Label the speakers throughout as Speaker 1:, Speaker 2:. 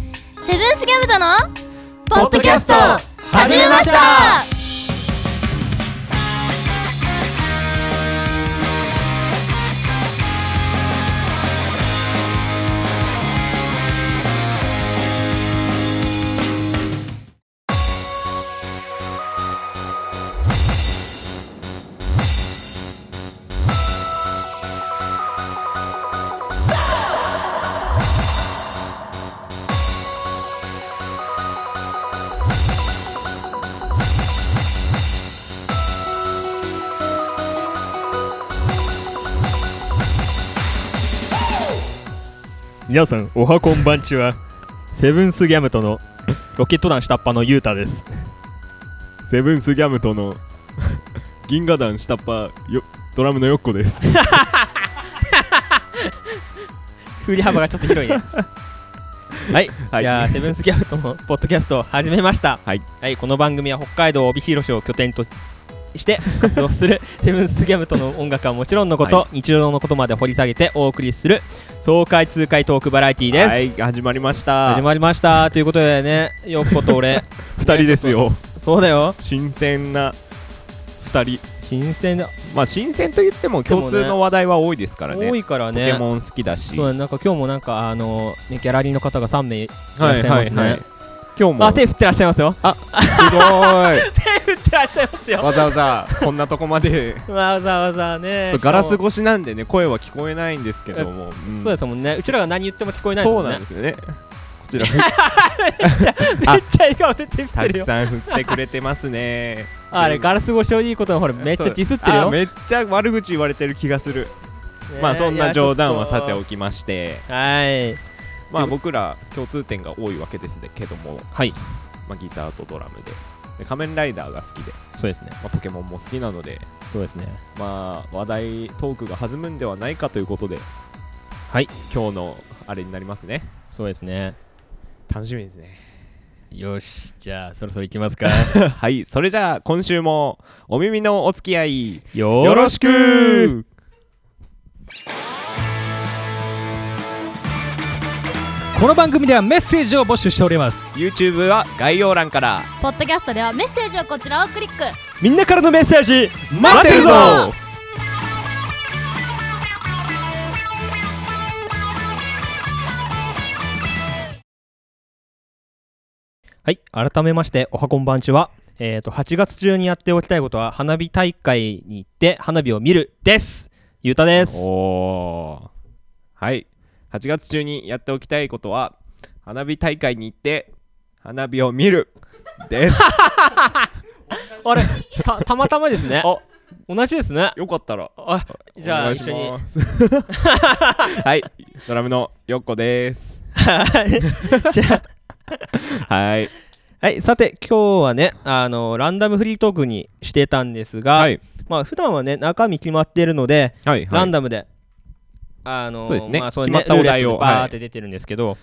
Speaker 1: ルースギャムとの
Speaker 2: ポッドキャスト始めました
Speaker 3: 皆さんおはこんばんちはセブンスギャムトのロケット団下っ端のユータです
Speaker 4: セブンスギャムとの 銀河団下っ端よドラムのよっこです
Speaker 2: 振り幅がちょっ と広いねはい、
Speaker 4: はい
Speaker 2: じゃあセブンスギャムとのポッドキャストを始めました
Speaker 4: はい、
Speaker 2: この番組は北海道帯広市を拠点として活動する セブンスギャムとの音楽はもちろんのこと、日常のことまで掘り下げてお送りする爽快痛快トークバラエティーです、
Speaker 4: はい始まりました
Speaker 2: 始まりましたということでねよっこ と俺
Speaker 4: 2人ですよ
Speaker 2: そうだよ
Speaker 4: 新鮮な2人
Speaker 2: 新鮮だ、
Speaker 4: まあ新鮮と言っても共通
Speaker 2: でも
Speaker 4: の話題は多いですからね
Speaker 2: 多いから
Speaker 4: ポケ
Speaker 2: ね
Speaker 4: モン好きだし
Speaker 2: そうだねなんか今日もなんかあの、ね、ギャラリーの方が3名いらっしゃいますね、
Speaker 4: 今日も
Speaker 2: あ手振ってらっしゃいますよ
Speaker 4: すごー
Speaker 2: 手振ってらっしゃいます
Speaker 4: い わざわざこんなとこまで
Speaker 2: わざわざ
Speaker 4: ち
Speaker 2: ね
Speaker 4: ょっとガラス
Speaker 2: しか
Speaker 4: 越しなんでね声は聞こえないんですけども、
Speaker 2: も
Speaker 4: ん
Speaker 2: そうですもんねうちらが何言っても聞こえないですも
Speaker 4: そうん
Speaker 2: ね
Speaker 4: なんですよねこちら
Speaker 2: めっちゃ笑顔で手振って
Speaker 4: た
Speaker 2: る
Speaker 4: く
Speaker 2: よ
Speaker 4: さん振ってくれてますね
Speaker 2: あれガラス越しをいいことのほらめっちゃディスってる
Speaker 4: あ
Speaker 2: よ、
Speaker 4: めっちゃ悪口言われてる気がするまあそんな冗談はさてお
Speaker 2: き
Speaker 4: きまして
Speaker 2: はい
Speaker 4: まあ僕ら共通点が多いわけですけども、
Speaker 2: はい
Speaker 4: まあ、ギターとドラムでで仮面ライダーが好きで、
Speaker 2: そうですね
Speaker 4: まあ、ポケモンも好きなので、
Speaker 2: そうですね
Speaker 4: まあ、話題トークが弾むんではないかということで
Speaker 2: はい
Speaker 4: 今日のあれになりますね
Speaker 2: そうですね
Speaker 4: 楽しみですね
Speaker 2: よしじゃあそろそろ行き ますか
Speaker 4: はいそれじゃあ今週もお耳のお付き合い
Speaker 2: よ
Speaker 4: よろしく
Speaker 5: この番組ではメッセージを募集しております
Speaker 4: YouTube は概要欄から
Speaker 1: ポッドキャストではメッセージをこちらをクリック
Speaker 2: みんなからのメッセージ
Speaker 4: 待ってるぞ
Speaker 2: はい改めましておはこんばんちはえー、と8月中にやっておきたいことは花火大会に行って花火を見るですゆうたです
Speaker 4: おーはい8月中にやっておきたいことは花火大会に行って花火を見るです
Speaker 2: あれたたまたま ですね
Speaker 4: あ
Speaker 2: 同じですね
Speaker 4: よかったら
Speaker 2: あじゃあ一緒に
Speaker 4: に はいドラムのよっこです
Speaker 2: はいじゃあ
Speaker 4: はい
Speaker 2: はい、さて今日はねあのランダムフリートークにしてたんですが、
Speaker 4: はい
Speaker 2: まあ普段はね中身決まってるので、
Speaker 4: はい
Speaker 2: ラ
Speaker 4: はい
Speaker 2: ンダムであの
Speaker 4: そうですね
Speaker 2: まあ、そ
Speaker 4: 決まったお題を
Speaker 2: ルーレットでバーって出てるんですけど、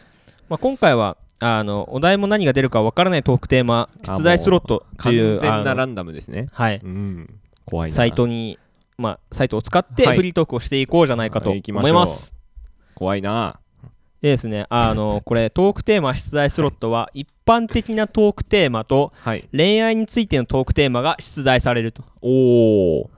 Speaker 2: まあ、今回はあのお題も何が出るかわからないトークテーマ
Speaker 4: あ
Speaker 2: 出題スロットって
Speaker 4: 完
Speaker 2: いう
Speaker 4: 全な
Speaker 2: あ
Speaker 4: ラ
Speaker 2: の
Speaker 4: ンダムですね
Speaker 2: はい、
Speaker 4: うん怖いな
Speaker 2: サイトに、まあ、サイトを使って
Speaker 4: はい
Speaker 2: フリートークをしていこうじゃないかと
Speaker 4: は
Speaker 2: 思
Speaker 4: い行
Speaker 2: い
Speaker 4: き
Speaker 2: ま
Speaker 4: ましょう
Speaker 2: す。
Speaker 4: 怖いな
Speaker 2: でですね、あのこれトークテーマ出題スロットは一般的なトークテーマと
Speaker 4: はい
Speaker 2: 恋愛についてのトークテーマが出題されると。
Speaker 4: おお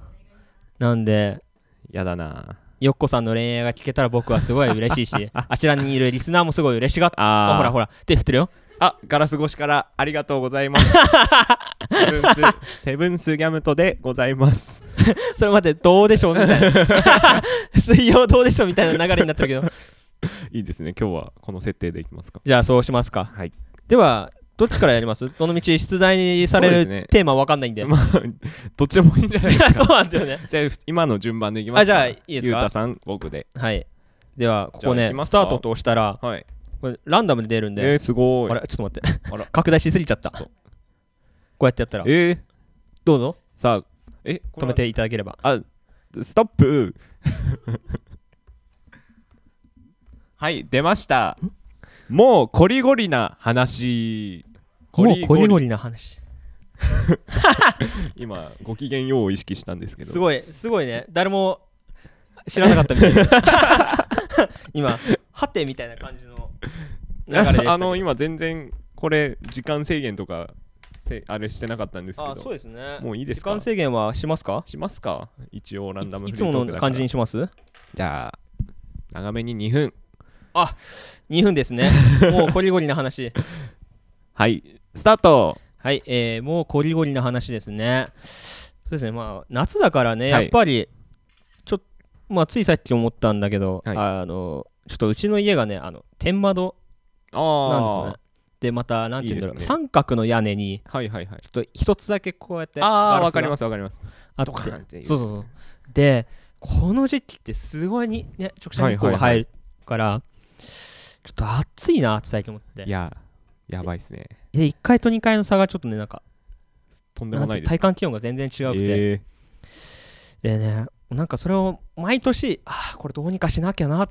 Speaker 2: なんで、
Speaker 4: やだな
Speaker 2: よっこさんの恋愛が聞けたら僕はすごい嬉しい し、あちらにいるリスナーもすごい嬉しがっ
Speaker 4: あ
Speaker 2: あ、
Speaker 4: ー
Speaker 2: ほらほら、手振ってるよ。
Speaker 4: あガラス越しからありがとうございますセブンス セブンスギャムトでございます
Speaker 2: それ待って、どうでしょうみたいな。 水曜どうでしょうみたいな流れになってるけど。
Speaker 4: いいですね今日はこの設定でいきます か
Speaker 2: じゃあ、そうしますか。
Speaker 4: はい
Speaker 2: では、どっちからやりますどの道出題さ
Speaker 4: そ
Speaker 2: れ
Speaker 4: うです
Speaker 2: る
Speaker 4: ね
Speaker 2: テーマわかんないんで。
Speaker 4: まあどっちでもいいんじゃな い
Speaker 2: そうなんだよね。
Speaker 4: じゃあ今の順番でいきますか
Speaker 2: あじゃあいいですか
Speaker 4: ゆうたさん僕で
Speaker 2: はい。では、ここ
Speaker 4: じゃあ
Speaker 2: ね
Speaker 4: 行き、ます
Speaker 2: ス
Speaker 4: か
Speaker 2: タートと押したら、
Speaker 4: はい
Speaker 2: これランダムで出るん
Speaker 4: えー、
Speaker 2: で、
Speaker 4: すごい
Speaker 2: あれ、ちょっと待って。
Speaker 4: あら
Speaker 2: 拡大しすぎち ゃった。
Speaker 4: ちょ
Speaker 2: こ
Speaker 4: っ
Speaker 2: うやってやったら、
Speaker 4: えー、
Speaker 2: どうぞ、
Speaker 4: さあえ
Speaker 2: 止
Speaker 4: こ
Speaker 2: め
Speaker 4: れは
Speaker 2: ていただければ。
Speaker 4: あストップ はい出ましたもうコリゴリな話
Speaker 2: もうコリゴ
Speaker 4: リ
Speaker 2: リな話。
Speaker 4: 今ご機嫌ようを意識したんですけど
Speaker 2: すごい、すごいね。誰も 知らなかったみたいな。今、はてみたいな感じの流れでしたけど
Speaker 4: あの今全然これ時間制限とかせあれしてなかったんですけ
Speaker 2: あそう
Speaker 4: ど
Speaker 2: ですね
Speaker 4: もういいです
Speaker 2: 時
Speaker 4: か
Speaker 2: 間制限はしますか
Speaker 4: しますか一応ランダム
Speaker 2: いい
Speaker 4: フリー
Speaker 2: つ
Speaker 4: トー
Speaker 2: も
Speaker 4: クだ
Speaker 2: の
Speaker 4: から
Speaker 2: 感じにします
Speaker 4: じゃあ長めに2分
Speaker 2: 2分です ねもうこりごりな話
Speaker 4: はいスタート
Speaker 2: はい、えーもうこりごりな話ですね。そうですね、まあ、夏だからね、
Speaker 4: はい
Speaker 2: やっぱり、ちょっと、まあ、ついさっき思ったんだけど、
Speaker 4: はい
Speaker 2: あの、ちょっとうちの家がね、あの、天窓なんですよね
Speaker 4: ああ。
Speaker 2: で、また、なんて言うんだろう
Speaker 4: いいですね
Speaker 2: 三角の屋根に、
Speaker 4: はいはいはい
Speaker 2: ちょっと一つだけこうやって、
Speaker 4: ああわかり
Speaker 2: す。
Speaker 4: ますわかります
Speaker 2: あって
Speaker 4: ドカンっていう
Speaker 2: そうそうそう。で、この時期ってすごいに、ね、直射日光が入るから、ちょっと暑いなって最近思って
Speaker 4: い。ややばいっすね
Speaker 2: で、1階と2階の差がちょっとね、なんか、
Speaker 4: とんで
Speaker 2: な
Speaker 4: も
Speaker 2: んて
Speaker 4: ないいうです
Speaker 2: 体感気温が全然違うくて、
Speaker 4: え
Speaker 2: でねなんかそれを毎年ああこれどうにかしなきゃな
Speaker 4: ー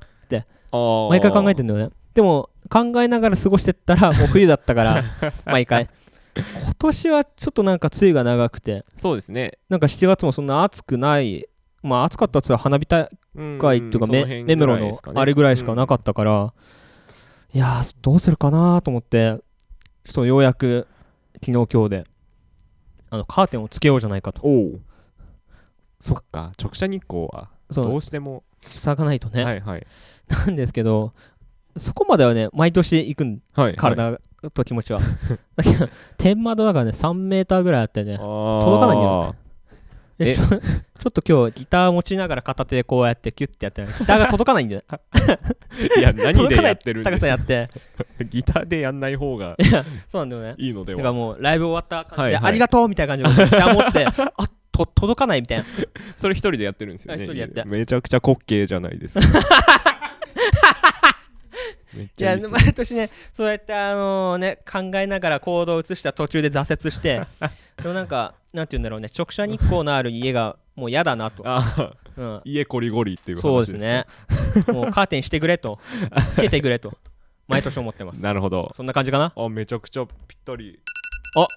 Speaker 4: あー
Speaker 2: 毎回考えてんだよねでも考えながら過ごしてったらもう冬だったから 毎回今年はちょっとなんか梅雨が長くて
Speaker 4: そうですね
Speaker 2: なんか7月もそんな暑くないまあ暑かったっつうのは花火大
Speaker 4: うん
Speaker 2: 会っていうか、
Speaker 4: その
Speaker 2: メ
Speaker 4: 辺
Speaker 2: 目
Speaker 4: ぐ
Speaker 2: 黒
Speaker 4: らいで
Speaker 2: の
Speaker 4: すかね
Speaker 2: あれぐらいしかなかったから、いやーどうするかなと思ってちょっとようやく昨日今日であのカーテンをつけようじゃないかと
Speaker 4: おおそっか直射日光は
Speaker 2: そ
Speaker 4: ど
Speaker 2: う
Speaker 4: うしても
Speaker 2: 塞がないとね、
Speaker 4: はいはい
Speaker 2: なんですけど、そこまではね、毎年行くん、
Speaker 4: はい
Speaker 2: 体と気持ちは。 だけど、天窓だからね、3メーターぐらいあってね、届
Speaker 4: 届
Speaker 2: かないんだよで
Speaker 4: え
Speaker 2: ちょちょっと今日ギター持ちながら片手でこうやってキュッてやって、ギターが届かないんだよ。
Speaker 4: いや何でやってるんで
Speaker 2: 高
Speaker 4: す
Speaker 2: さや
Speaker 4: か
Speaker 2: って、
Speaker 4: ギターでやんない方が
Speaker 2: そうなんだよね。
Speaker 4: いいので
Speaker 2: だから
Speaker 4: は
Speaker 2: もうライブ終わった感じで、
Speaker 4: はいはい
Speaker 2: ありがとうみたいな感 じでギター持って、あと届かないみたいな。
Speaker 4: それ一人でやってるんですよ
Speaker 2: あ
Speaker 4: ね
Speaker 2: 一人でやって
Speaker 4: めちゃくちゃ滑稽じゃな いですかめっ
Speaker 2: い
Speaker 4: ちゃ
Speaker 2: や
Speaker 4: いいっすね
Speaker 2: 毎年ね、そうやって、あのね、考えながら行動を移した途中で挫折 して、でもなんか、なんて言うんだろうね、直射日光のある家がもう嫌だなと。
Speaker 4: あー
Speaker 2: うん、
Speaker 4: 家こりごりっていう話
Speaker 2: そうですね。もうカーテンしてくれ と、つけてくれと、毎年思ってます。
Speaker 4: なるほど
Speaker 2: そんな感じかな。
Speaker 4: あめちゃくちゃぴったり
Speaker 2: あ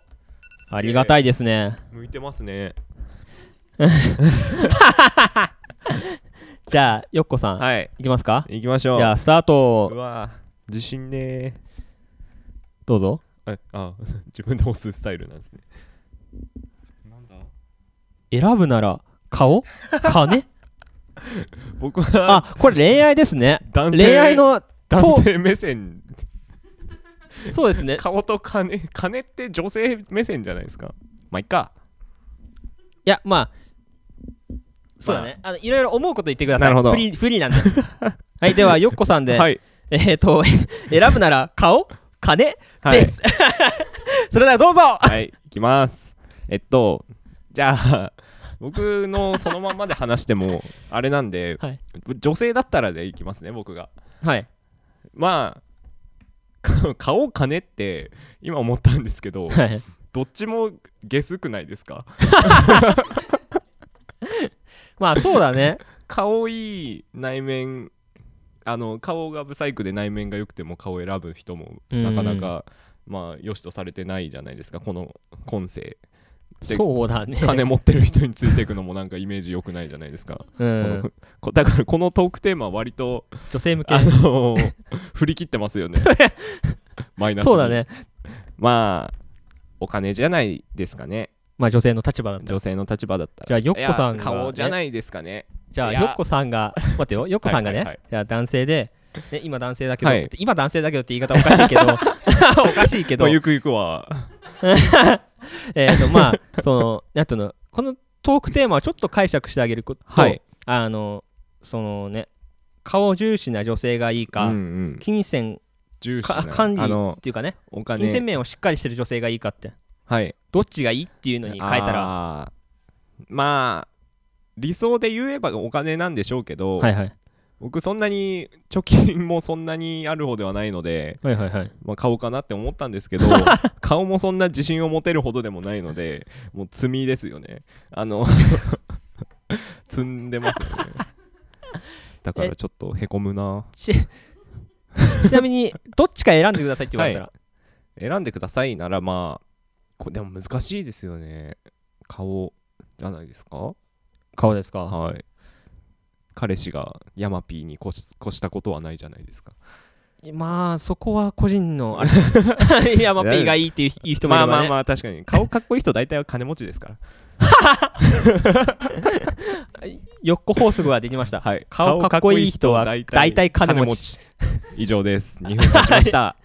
Speaker 4: すげえ
Speaker 2: ありがたいですね。
Speaker 4: 向いてますね
Speaker 2: じゃあ、よっこさん、
Speaker 4: はい
Speaker 2: いきますか。
Speaker 4: 行きましょう
Speaker 2: じゃあ、スター
Speaker 4: う
Speaker 2: ト、
Speaker 4: わー自信ね
Speaker 2: どうぞ。
Speaker 4: ーああ 自分で押すスタイルなんですねなんだ
Speaker 2: 選ぶなら、顔金
Speaker 4: 僕は
Speaker 2: あ、これ恋愛ですね。
Speaker 4: 男性
Speaker 2: 恋愛の、
Speaker 4: 男性目線
Speaker 2: そうですね。
Speaker 4: 顔と金金って女性目線じゃないですかまあいっか
Speaker 2: いや、まあ、そうだね。あのいろいろ思うこと言ってください。
Speaker 4: なるほど
Speaker 2: フリーフリーなんで。 はい、では、よっこさんで、
Speaker 4: はい
Speaker 2: えっ、と、 選ぶなら、顔金
Speaker 4: はい
Speaker 2: です。 それではどうぞ
Speaker 4: はい、いきます。えっと、じゃあ、 僕のそのまんまで話し ても、あれなんで、
Speaker 2: はい
Speaker 4: 女性だったらでいきますね、僕が。
Speaker 2: はい。
Speaker 4: まあ、 顔金って、今思ったんですけど、
Speaker 2: はい。
Speaker 4: どっちもゲスくないですか
Speaker 2: まあそうだね。
Speaker 4: 顔いい内面、あの、顔が不細工で内面が良くても顔を選ぶ人も、
Speaker 2: うん
Speaker 4: なかなか、まあ、良しとされてないじゃないですか、この今世。で
Speaker 2: そうだね。
Speaker 4: 金持ってる人についていくのもなんかイメージ良くないじゃないですか。
Speaker 2: う
Speaker 4: こ
Speaker 2: ん
Speaker 4: の、こだからこのトークテーマは 割と、
Speaker 2: 女性向け
Speaker 4: あ。のー振り切ってま すよねマイナスに
Speaker 2: そうだね。
Speaker 4: まあお金じゃないですかね
Speaker 2: まあ女性の立場だったら。
Speaker 4: 女性の立場だったら
Speaker 2: じゃあよっこさん
Speaker 4: いや
Speaker 2: が、
Speaker 4: 顔じゃ
Speaker 2: い。
Speaker 4: ないですかね
Speaker 2: じゃあ
Speaker 4: いや
Speaker 2: よっこさん が、待ってよ、よっこさんが
Speaker 4: はいはいは
Speaker 2: ね
Speaker 4: い、
Speaker 2: じゃあ男性で、ね、今男性だけど、
Speaker 4: はい
Speaker 2: 今男性だけどって言い方おかし いけど、おかしいけ
Speaker 4: ま
Speaker 2: ど
Speaker 4: あ、ゆくゆくは
Speaker 2: えっとまあ、その、なんていうの、このトークテーマをちょっと解釈してあげること、
Speaker 4: はい
Speaker 2: あの、そのね、顔重視な女性がいいか、
Speaker 4: うんうん
Speaker 2: 金銭
Speaker 4: 重視
Speaker 2: か
Speaker 4: な
Speaker 2: 管理
Speaker 4: あ
Speaker 2: っ
Speaker 4: の
Speaker 2: ていうかね、
Speaker 4: お
Speaker 2: 金銭
Speaker 4: 金
Speaker 2: 面をしっかりしてる女性がいいかって、
Speaker 4: はい
Speaker 2: どっちがいいっていうのに変えたら、
Speaker 4: らまあ理想で言えばお金なんでしょうけど、
Speaker 2: はいはい。
Speaker 4: 僕そんなに貯金もそんなにある方ではないので、
Speaker 2: はいはいはい。
Speaker 4: まあ、顔かなって思ったんです けど顔もそんな自信を持てるほどでもないのでもう積みですよねあの 積んでますよねだからちょっとへこむな
Speaker 2: ちちなみに、どっちか選んでくださいって言われたら、
Speaker 4: 選んでくださいならまあこでも難しいですよね顔じゃないですか
Speaker 2: 顔ですか、
Speaker 4: はい彼氏がヤマピーに越し越したことはないじゃないですか
Speaker 2: まあそこは個人 のあれいやまあ P がいいっていういう人もいれ
Speaker 4: まあま
Speaker 2: ば
Speaker 4: あ
Speaker 2: ね
Speaker 4: まあ確かに顔かっこいい人 大体は金持ちですから
Speaker 2: よっこ法則ができました
Speaker 4: はい
Speaker 2: 顔かっこいい人は
Speaker 4: 顔かっこいい人
Speaker 2: 大体金持ち
Speaker 4: 以上 です2分経ちました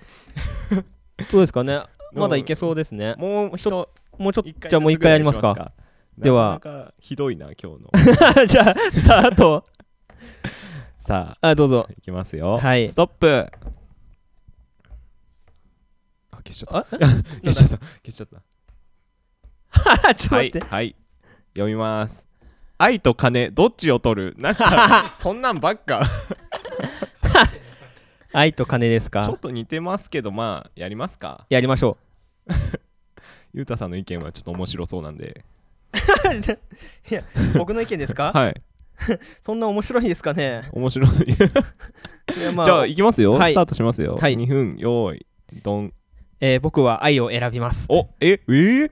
Speaker 2: どうですかねまだいけそうですね
Speaker 4: もう人
Speaker 2: もうちょっ
Speaker 4: 一
Speaker 2: と
Speaker 4: 回
Speaker 2: じゃあもう一回やりますかで
Speaker 4: で
Speaker 2: は
Speaker 4: はひどいな今日 の
Speaker 2: じゃあスタート
Speaker 4: さ
Speaker 2: あどうぞ
Speaker 4: あいきますよ
Speaker 2: はい
Speaker 4: ストップあ消しちゃ った消しちゃった消しちゃった
Speaker 2: あちょっと
Speaker 4: は
Speaker 2: 待っ
Speaker 4: い
Speaker 2: て、
Speaker 4: はい、読みます。愛と金、どっちを取るなん か、そんなんばっか。
Speaker 2: 愛と金です
Speaker 4: ちょ
Speaker 2: か
Speaker 4: っと似てますけど、まあ、やりますか。
Speaker 2: やりましょ
Speaker 4: ゆうたさんの意見はちょっと面白そうなんで。
Speaker 2: ういや僕の意見ですか、
Speaker 4: はい、
Speaker 2: そんな面白いですかね
Speaker 4: 面 白い。
Speaker 2: いや、ま
Speaker 4: じゃあ、いきますよ、
Speaker 2: はい
Speaker 4: スタートしますよ。
Speaker 2: はい
Speaker 4: 2分、用意、どん。
Speaker 2: えー僕は愛を選びます
Speaker 4: おええー、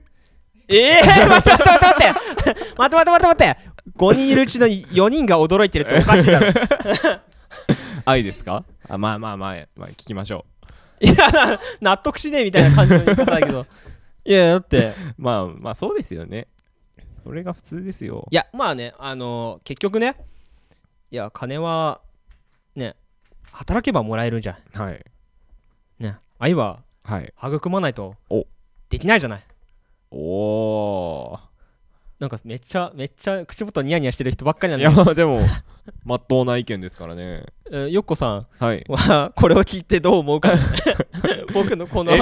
Speaker 2: ええー、待って待って 待って待って待って待って待って5人い るうちの4人が驚いてるっておかしいだろい
Speaker 4: 愛ですかあまあまあまあ、まあ、聞きましょ
Speaker 2: やな納得しねえみたいな感じの言い方だけど いやだって
Speaker 4: う。まあまあ、そうですよね。それが普通ですよ
Speaker 2: い。やまあねあのー結局ねいや金はね働けばもらえるじゃ
Speaker 4: はい。
Speaker 2: んね愛は
Speaker 4: はい。
Speaker 2: 育まないと
Speaker 4: お
Speaker 2: できないじゃない
Speaker 4: お
Speaker 2: なんかめっちゃめっちゃ口元ニヤニヤしてる人ばっかり
Speaker 4: ー。い
Speaker 2: な
Speaker 4: や、
Speaker 2: んだ
Speaker 4: ま あでも、まっとうな意見ですからね。
Speaker 2: けどえーよっこさん
Speaker 4: はい。
Speaker 2: はこれを聞いてどう思う か僕のこの
Speaker 4: え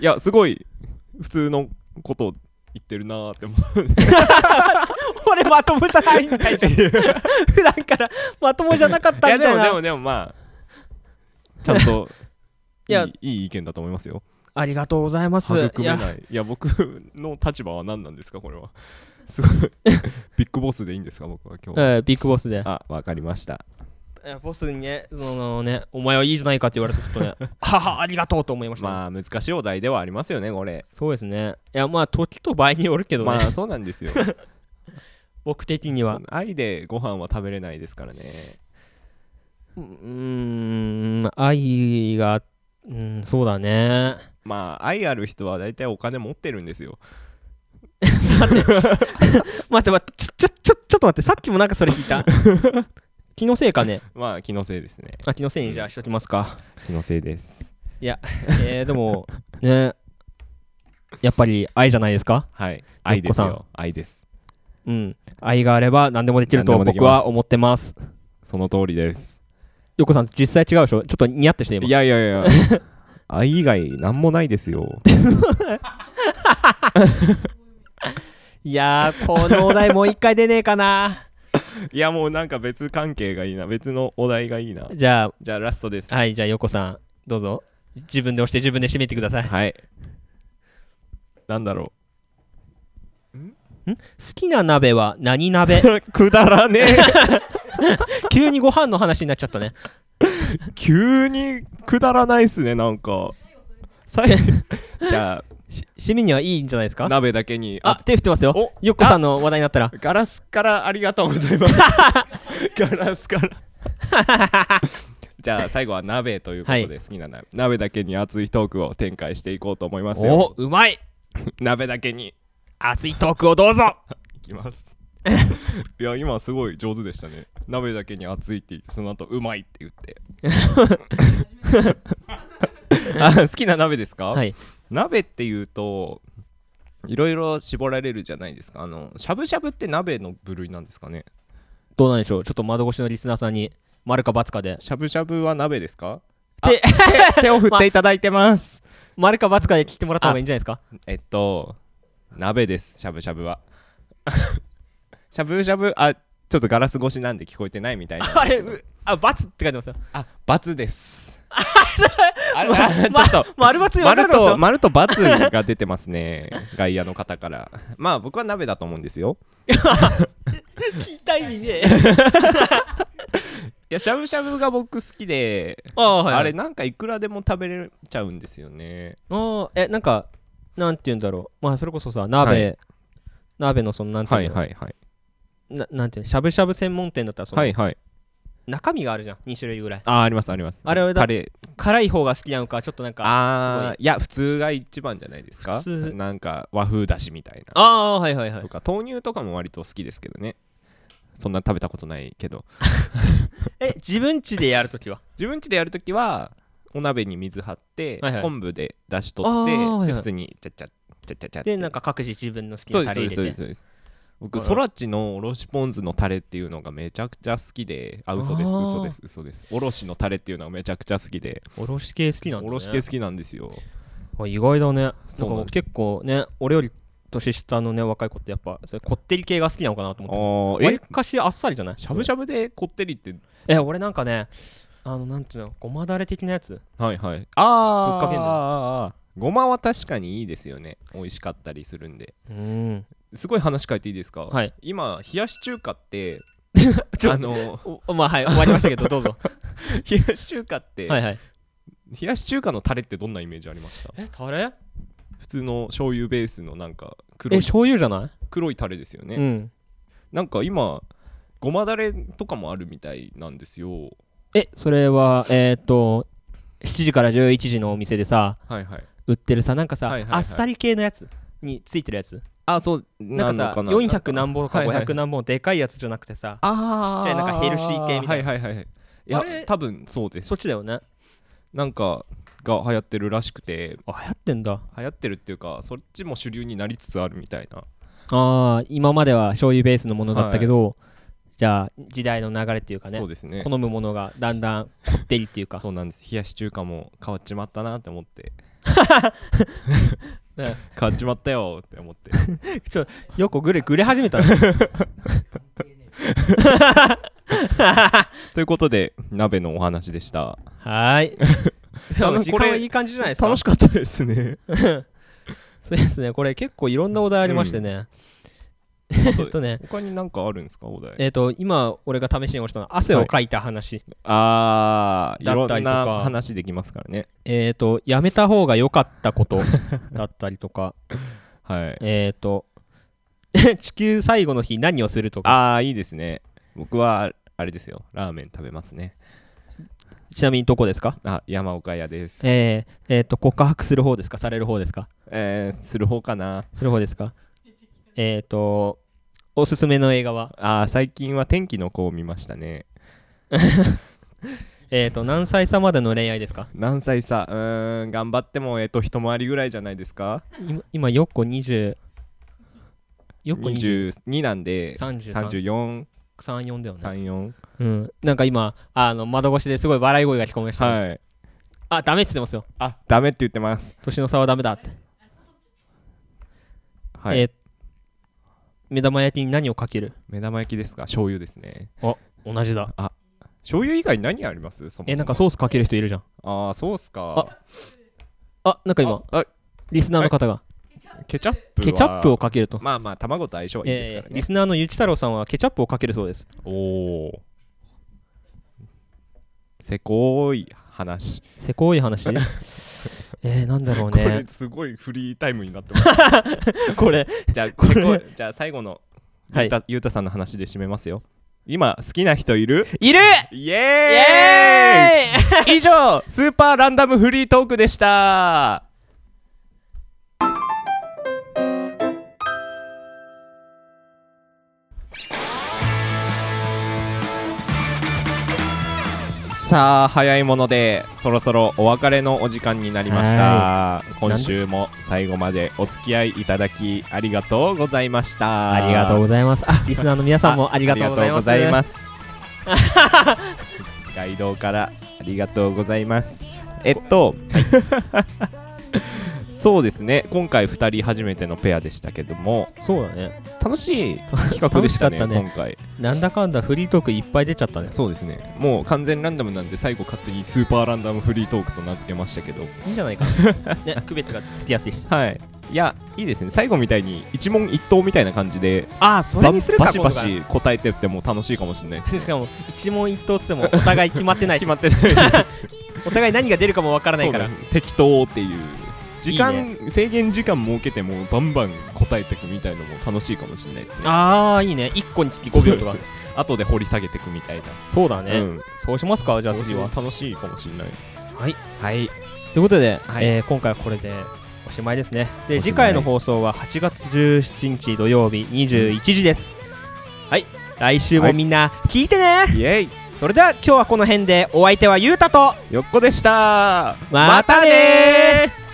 Speaker 4: いや、すごい普通のことを言ってるなーって思う。
Speaker 2: 俺まともじゃないみたいじゃん普段からまともじゃなかったみたいな
Speaker 4: でも、まあ、ちゃんと
Speaker 2: いや
Speaker 4: いいいい意見だと思いますよ。
Speaker 2: ありがとうございますい
Speaker 4: 育め
Speaker 2: や
Speaker 4: ない。いや、僕の立場は何なんですか、これは。 すごい。ビッグボスでいいんですか、僕は今日。
Speaker 2: えービッグボスで
Speaker 4: あ、わかりました。
Speaker 2: えーボスにねそのねお前はいいじゃないかって言われてちょっと ねははありがとうと思いました、
Speaker 4: まあ、難しいお題ではありますよね、これ。
Speaker 2: そうですねいやまあ時と場合によるけどね、
Speaker 4: まあ、そうなんで すよ。
Speaker 2: 僕的には
Speaker 4: その愛でご飯は食べれないですからね。
Speaker 2: うーん愛がうんそうだ ね
Speaker 4: まあ、愛ある人は大体お金持ってるんですよ。
Speaker 2: 待って待ってちょちょちょちょっと待ってさっきもなんかそれ聞い た気のせいかね
Speaker 4: まあ、気のせいですね。
Speaker 2: あ気のせいにじゃあしときますか
Speaker 4: 気のせいです。
Speaker 2: えー、でもねやっぱり愛じゃないですか
Speaker 4: はい。
Speaker 2: よっ
Speaker 4: 愛で
Speaker 2: こ
Speaker 4: す
Speaker 2: さん
Speaker 4: よ。愛です。
Speaker 2: うん愛があれば何でもできると
Speaker 4: 何でもでき
Speaker 2: 僕
Speaker 4: ます
Speaker 2: は思ってます
Speaker 4: その通りです。
Speaker 2: よっこさん実際違うでしょちょっとニヤってして今
Speaker 4: いやいや いや、愛以外なんもないですよ。
Speaker 2: いやーこのお題もう一回出ねえかな
Speaker 4: いやもうなんか別関係がいいな、別のお題がいいな。
Speaker 2: じゃ
Speaker 4: じゃあラストです。
Speaker 2: あはいじゃあよっこさんどうぞ自分で押して自分で締めてください好
Speaker 4: はい。なんだろ
Speaker 2: きな鍋は何 鍋
Speaker 4: う。 くだらね
Speaker 2: 急にご飯の話になっちゃったね
Speaker 4: え。急にくだらないっすね、なんか。 最後じゃ
Speaker 2: し締めにはいいんじゃないです
Speaker 4: あ
Speaker 2: か
Speaker 4: 鍋だけに。
Speaker 2: あ手振ってますよ
Speaker 4: お
Speaker 2: よっこさんの話題になったら
Speaker 4: ガラスからありがとうござい ます。ガラス から。じゃあ最後は鍋ということで、
Speaker 2: は
Speaker 4: 好きな鍋鍋だけに熱いトークを展開していこうと思います
Speaker 2: お
Speaker 4: よ。
Speaker 2: うまい
Speaker 4: 鍋だけに
Speaker 2: 熱いトークをどうぞ
Speaker 4: いきます いや今すごい上手でしたね鍋だけに熱いって言ってその後うまいって言って あ好きな鍋ですか、
Speaker 2: はい
Speaker 4: 鍋っていうといろいろ絞られるじゃないですかあのしゃぶしゃぶって鍋の部類なんですかね
Speaker 2: どうなんでしょうちょっと窓越しのリスナーさんに丸か×かで
Speaker 4: しゃぶしゃぶは鍋で すか
Speaker 2: で
Speaker 4: あ手手を振っていただいてます、
Speaker 2: 丸か×かで聞いてもらった方がいいんじゃないですか
Speaker 4: えっと鍋ですしゃぶしゃぶは しゃぶしゃぶあちょっとガラス越しなんで聞こえてないみたいな
Speaker 2: あれうあ×って書いてますよ
Speaker 4: あ、×です。あれ、あちょっと。
Speaker 2: 丸×で分かれて
Speaker 4: 丸
Speaker 2: ます
Speaker 4: と
Speaker 2: よ
Speaker 4: 丸と×が出てますね、 外野の方から。まあ、僕は鍋だと思うんですよ。
Speaker 2: 聞いた意味ね
Speaker 4: いや、しゃぶしゃぶが僕好きで、
Speaker 2: ああはい
Speaker 4: あれ、なんかいくらでも食べれちゃうんですよね。
Speaker 2: あーえなんかなんて言うんだろうまあそれこそさ鍋、
Speaker 4: は
Speaker 2: 鍋のそのなんていうの、
Speaker 4: いはい。
Speaker 2: ななんていうのしゃぶしゃぶ専門店だったらその、
Speaker 4: はいはい。
Speaker 2: 中身があるじゃん2種類ぐらい
Speaker 4: あーありますあります
Speaker 2: あれはだ
Speaker 4: タレ
Speaker 2: 辛い方が好きなのかちょっとなん
Speaker 4: あ
Speaker 2: か
Speaker 4: あいや普通が一番じゃないですか
Speaker 2: 普通
Speaker 4: なんか和風だしみたいな
Speaker 2: ああーはいはいはい
Speaker 4: とか豆乳とかも割と好きですけどねそんな食べたことないけど
Speaker 2: え自分家でやると きは
Speaker 4: 自分家でやるときはお鍋に水張って、
Speaker 2: はいはい
Speaker 4: 昆布で出し取って、
Speaker 2: あーはいはい
Speaker 4: で普通にちゃっちゃちゃっちゃちゃって
Speaker 2: でなんか各自自分の好き
Speaker 4: そう
Speaker 2: な
Speaker 4: で
Speaker 2: タレ
Speaker 4: すそうで
Speaker 2: 入
Speaker 4: す
Speaker 2: れ
Speaker 4: そう
Speaker 2: て
Speaker 4: ですそうです僕
Speaker 2: あら
Speaker 4: ソラッチのおろしポン酢のタレっていうのがめちゃくちゃ好きであ嘘です
Speaker 2: あー
Speaker 4: 嘘です嘘ですおろしのタレっていうのがめちゃくちゃ好きで
Speaker 2: おろし系好きなんだ、ね、
Speaker 4: おろし系好きなんですよ
Speaker 2: あ意外だねなんか
Speaker 4: そうなんです
Speaker 2: 結構ね俺より年下のね若い子ってやっぱそれこってり系が好きなのかなと
Speaker 4: あ
Speaker 2: 思って
Speaker 4: ー
Speaker 2: わり
Speaker 4: え
Speaker 2: かしあっさりじゃない
Speaker 4: しゃぶしゃぶでこってりって
Speaker 2: え俺なんかねあのなんていうのごまだれ的なやつ
Speaker 4: はいはいあー
Speaker 2: ぶっかけんだ
Speaker 4: あーごまは確かにいいですよね美味しかったりするんで
Speaker 2: うん
Speaker 4: すごい話変えていいですか、
Speaker 2: はい
Speaker 4: 今冷やし中華って
Speaker 2: ちょ
Speaker 4: あの
Speaker 2: おまあはい終わりましたけどどうぞ
Speaker 4: 冷やし中華っ て、
Speaker 2: はいはい
Speaker 4: 冷やし中華のタレってどんなイメージありました
Speaker 2: えタレ
Speaker 4: 普通の醤油ベースのなんか黒
Speaker 2: え
Speaker 4: い
Speaker 2: 醤油じゃな
Speaker 4: 黒いタレですよ
Speaker 2: い
Speaker 4: ね、
Speaker 2: うん
Speaker 4: なんか今ごまだれとかもあるみたいなんですよ
Speaker 2: えそれはえっと7時から11時のお店でさ
Speaker 4: はいはい
Speaker 2: 売ってるさなんかさ、
Speaker 4: はいはいはい
Speaker 2: あっさり系のやつについてるやつ
Speaker 4: あそう
Speaker 2: なんかさ400何本か
Speaker 4: はいはい
Speaker 2: 500何本でかいやつじゃなくてさ、
Speaker 4: あ
Speaker 2: ち
Speaker 4: ー
Speaker 2: っちゃいなんかヘルシー系みたい
Speaker 4: はいはいはいい
Speaker 2: あ
Speaker 4: や
Speaker 2: れ
Speaker 4: 多分そうです
Speaker 2: そっちだよね
Speaker 4: なんかが流行ってるらしくて
Speaker 2: あ流行ってんだ
Speaker 4: 流行ってるっていうかそっちも主流になりつつあるみたいな
Speaker 2: ああ今までは醤油ベースのものだったけど、じゃあ時代の流れっていうかね
Speaker 4: そうですね
Speaker 2: 好むものがだんだんこってりっていうか
Speaker 4: そうなんです冷やし中華も変わっちまったなって思って 変
Speaker 2: ね
Speaker 4: わっちまったよって思って
Speaker 2: よくぐれぐれ始めたね
Speaker 4: ということで鍋のお話でした
Speaker 2: は ーい
Speaker 4: 多分
Speaker 2: 時
Speaker 4: これ
Speaker 2: 間いい感じじゃないですか
Speaker 4: 楽しかったですね
Speaker 2: そうですねこれ結構いろんなお題ありましてね、えっとね
Speaker 4: 他に何かあるんですかお題
Speaker 2: えっと今俺が試しに押したのは汗をかいた話、
Speaker 4: あーい
Speaker 2: だ
Speaker 4: ろ
Speaker 2: ったり
Speaker 4: ん
Speaker 2: とか
Speaker 4: な話できますからね
Speaker 2: えっ、とやめた方が良かったことだったりと か
Speaker 4: はい
Speaker 2: えっ、と 地球最後の日何をするとか
Speaker 4: あーいいですね僕はあれですよラーメン食べますね
Speaker 2: ちなみにどこですか
Speaker 4: あ山岡屋です
Speaker 2: えー、えーと、告白する方ですかされる方ですか
Speaker 4: えー、する方かな
Speaker 2: する方ですかえっ、と、おすすめの映画は、
Speaker 4: あー最近は天気の子を見ましたね
Speaker 2: えっ、と、何歳差までの恋愛ですか
Speaker 4: 何歳さうーん頑張ってもえっ、と一回りぐらいじゃないですか
Speaker 2: 今、今よっこ20、よっこ20、
Speaker 4: 22なんで
Speaker 2: 33、
Speaker 4: 3434
Speaker 2: 34だよね。うん。なんか今、あの、窓越しですごい笑い声が聞こえましたね、
Speaker 4: はい
Speaker 2: あ、ダメって言ってますよ。
Speaker 4: あダメって言ってます
Speaker 2: 年の差はダメだって。
Speaker 4: はい、
Speaker 2: えー目玉焼きに何をかける
Speaker 4: 目玉焼きですか醤油ですね
Speaker 2: 同じだ。
Speaker 4: 醤油以外何ありますそもそも
Speaker 2: え、なんかソースかける人いるじゃん。
Speaker 4: ああそうっすか
Speaker 2: あ、なんか今、
Speaker 4: あ
Speaker 2: リスナーの方が、
Speaker 4: ケチャップは
Speaker 2: ケチャップをかけると。
Speaker 4: まあまあ卵と相性はいいです
Speaker 2: え
Speaker 4: か
Speaker 2: ー
Speaker 4: らね
Speaker 2: リ、スナーのゆち太郎さんはケチャップをかけるそうです。
Speaker 4: おおせこい話、
Speaker 2: せこい 話えー、なんだろう
Speaker 4: これ
Speaker 2: ね。
Speaker 4: すごいフリータイムになってます
Speaker 2: これ、
Speaker 4: じゃあせこいじゃあ最後の
Speaker 2: はい
Speaker 4: ゆうたゆうたさんの話で締めますよ今好きな人いる
Speaker 2: いる
Speaker 4: イ
Speaker 2: イ
Speaker 4: エーイ
Speaker 2: エーイ
Speaker 4: 以上スーパーランダムフリートークでしたさあ早いものでそろそろお別れのお時間になりました今週も最後までお付き合いいただきありがとうございました
Speaker 2: ありがとうございます。あ、リスナーの皆さんもありがとうございます。
Speaker 4: あり がとうございます。ガイドからありがとうございます。えっと、 そうですね、今回2人初めてのペアでしたけども、
Speaker 2: そうだね。
Speaker 4: 楽しい企画でしたね、
Speaker 2: 楽しかったね
Speaker 4: 今回。
Speaker 2: なんだかんだフリートークいっぱい出ちゃったね。
Speaker 4: そうですね、もう完全ランダムなんで、最後、勝手にスーパーランダムフリートークと名付けましたけど、
Speaker 2: いいんじゃないか な。ね、区別がつきやすいし。
Speaker 4: はい、いや、いいですね、最後みたいに一問一答みたいな感じで、
Speaker 2: あー、それにするか
Speaker 4: バシバ
Speaker 2: 今度
Speaker 4: シ答えてっても楽しいかもしれないで
Speaker 2: か
Speaker 4: す
Speaker 2: ら
Speaker 4: ね
Speaker 2: し。かも、一問一答っつってもお互い決まってないし
Speaker 4: 決、まってない
Speaker 2: お互い何が出るかもわからないから
Speaker 4: そう。なんです適当っていう時間
Speaker 2: いい
Speaker 4: 制限時間設けてもうバンバン答えてくみたいのも楽しいかもしれないですね
Speaker 2: あー、いいね。1個につき5秒と
Speaker 4: そう
Speaker 2: か
Speaker 4: で。す後で掘り下げていくみたい
Speaker 2: そうだ
Speaker 4: な、う
Speaker 2: ね
Speaker 4: ん
Speaker 2: そうしますかじゃあ次は
Speaker 4: 楽しいかもしれない
Speaker 2: はい
Speaker 4: はい
Speaker 2: ということで、
Speaker 4: はい
Speaker 2: えー今回はこれでおしまいですね
Speaker 4: おしまい
Speaker 2: で次回の放送は8月17日土曜日21時です、はい来週もみんな聞いてね、
Speaker 4: イエイ
Speaker 2: それでは今日はこの辺でお相手はゆうたと
Speaker 4: よっこでした
Speaker 2: またねー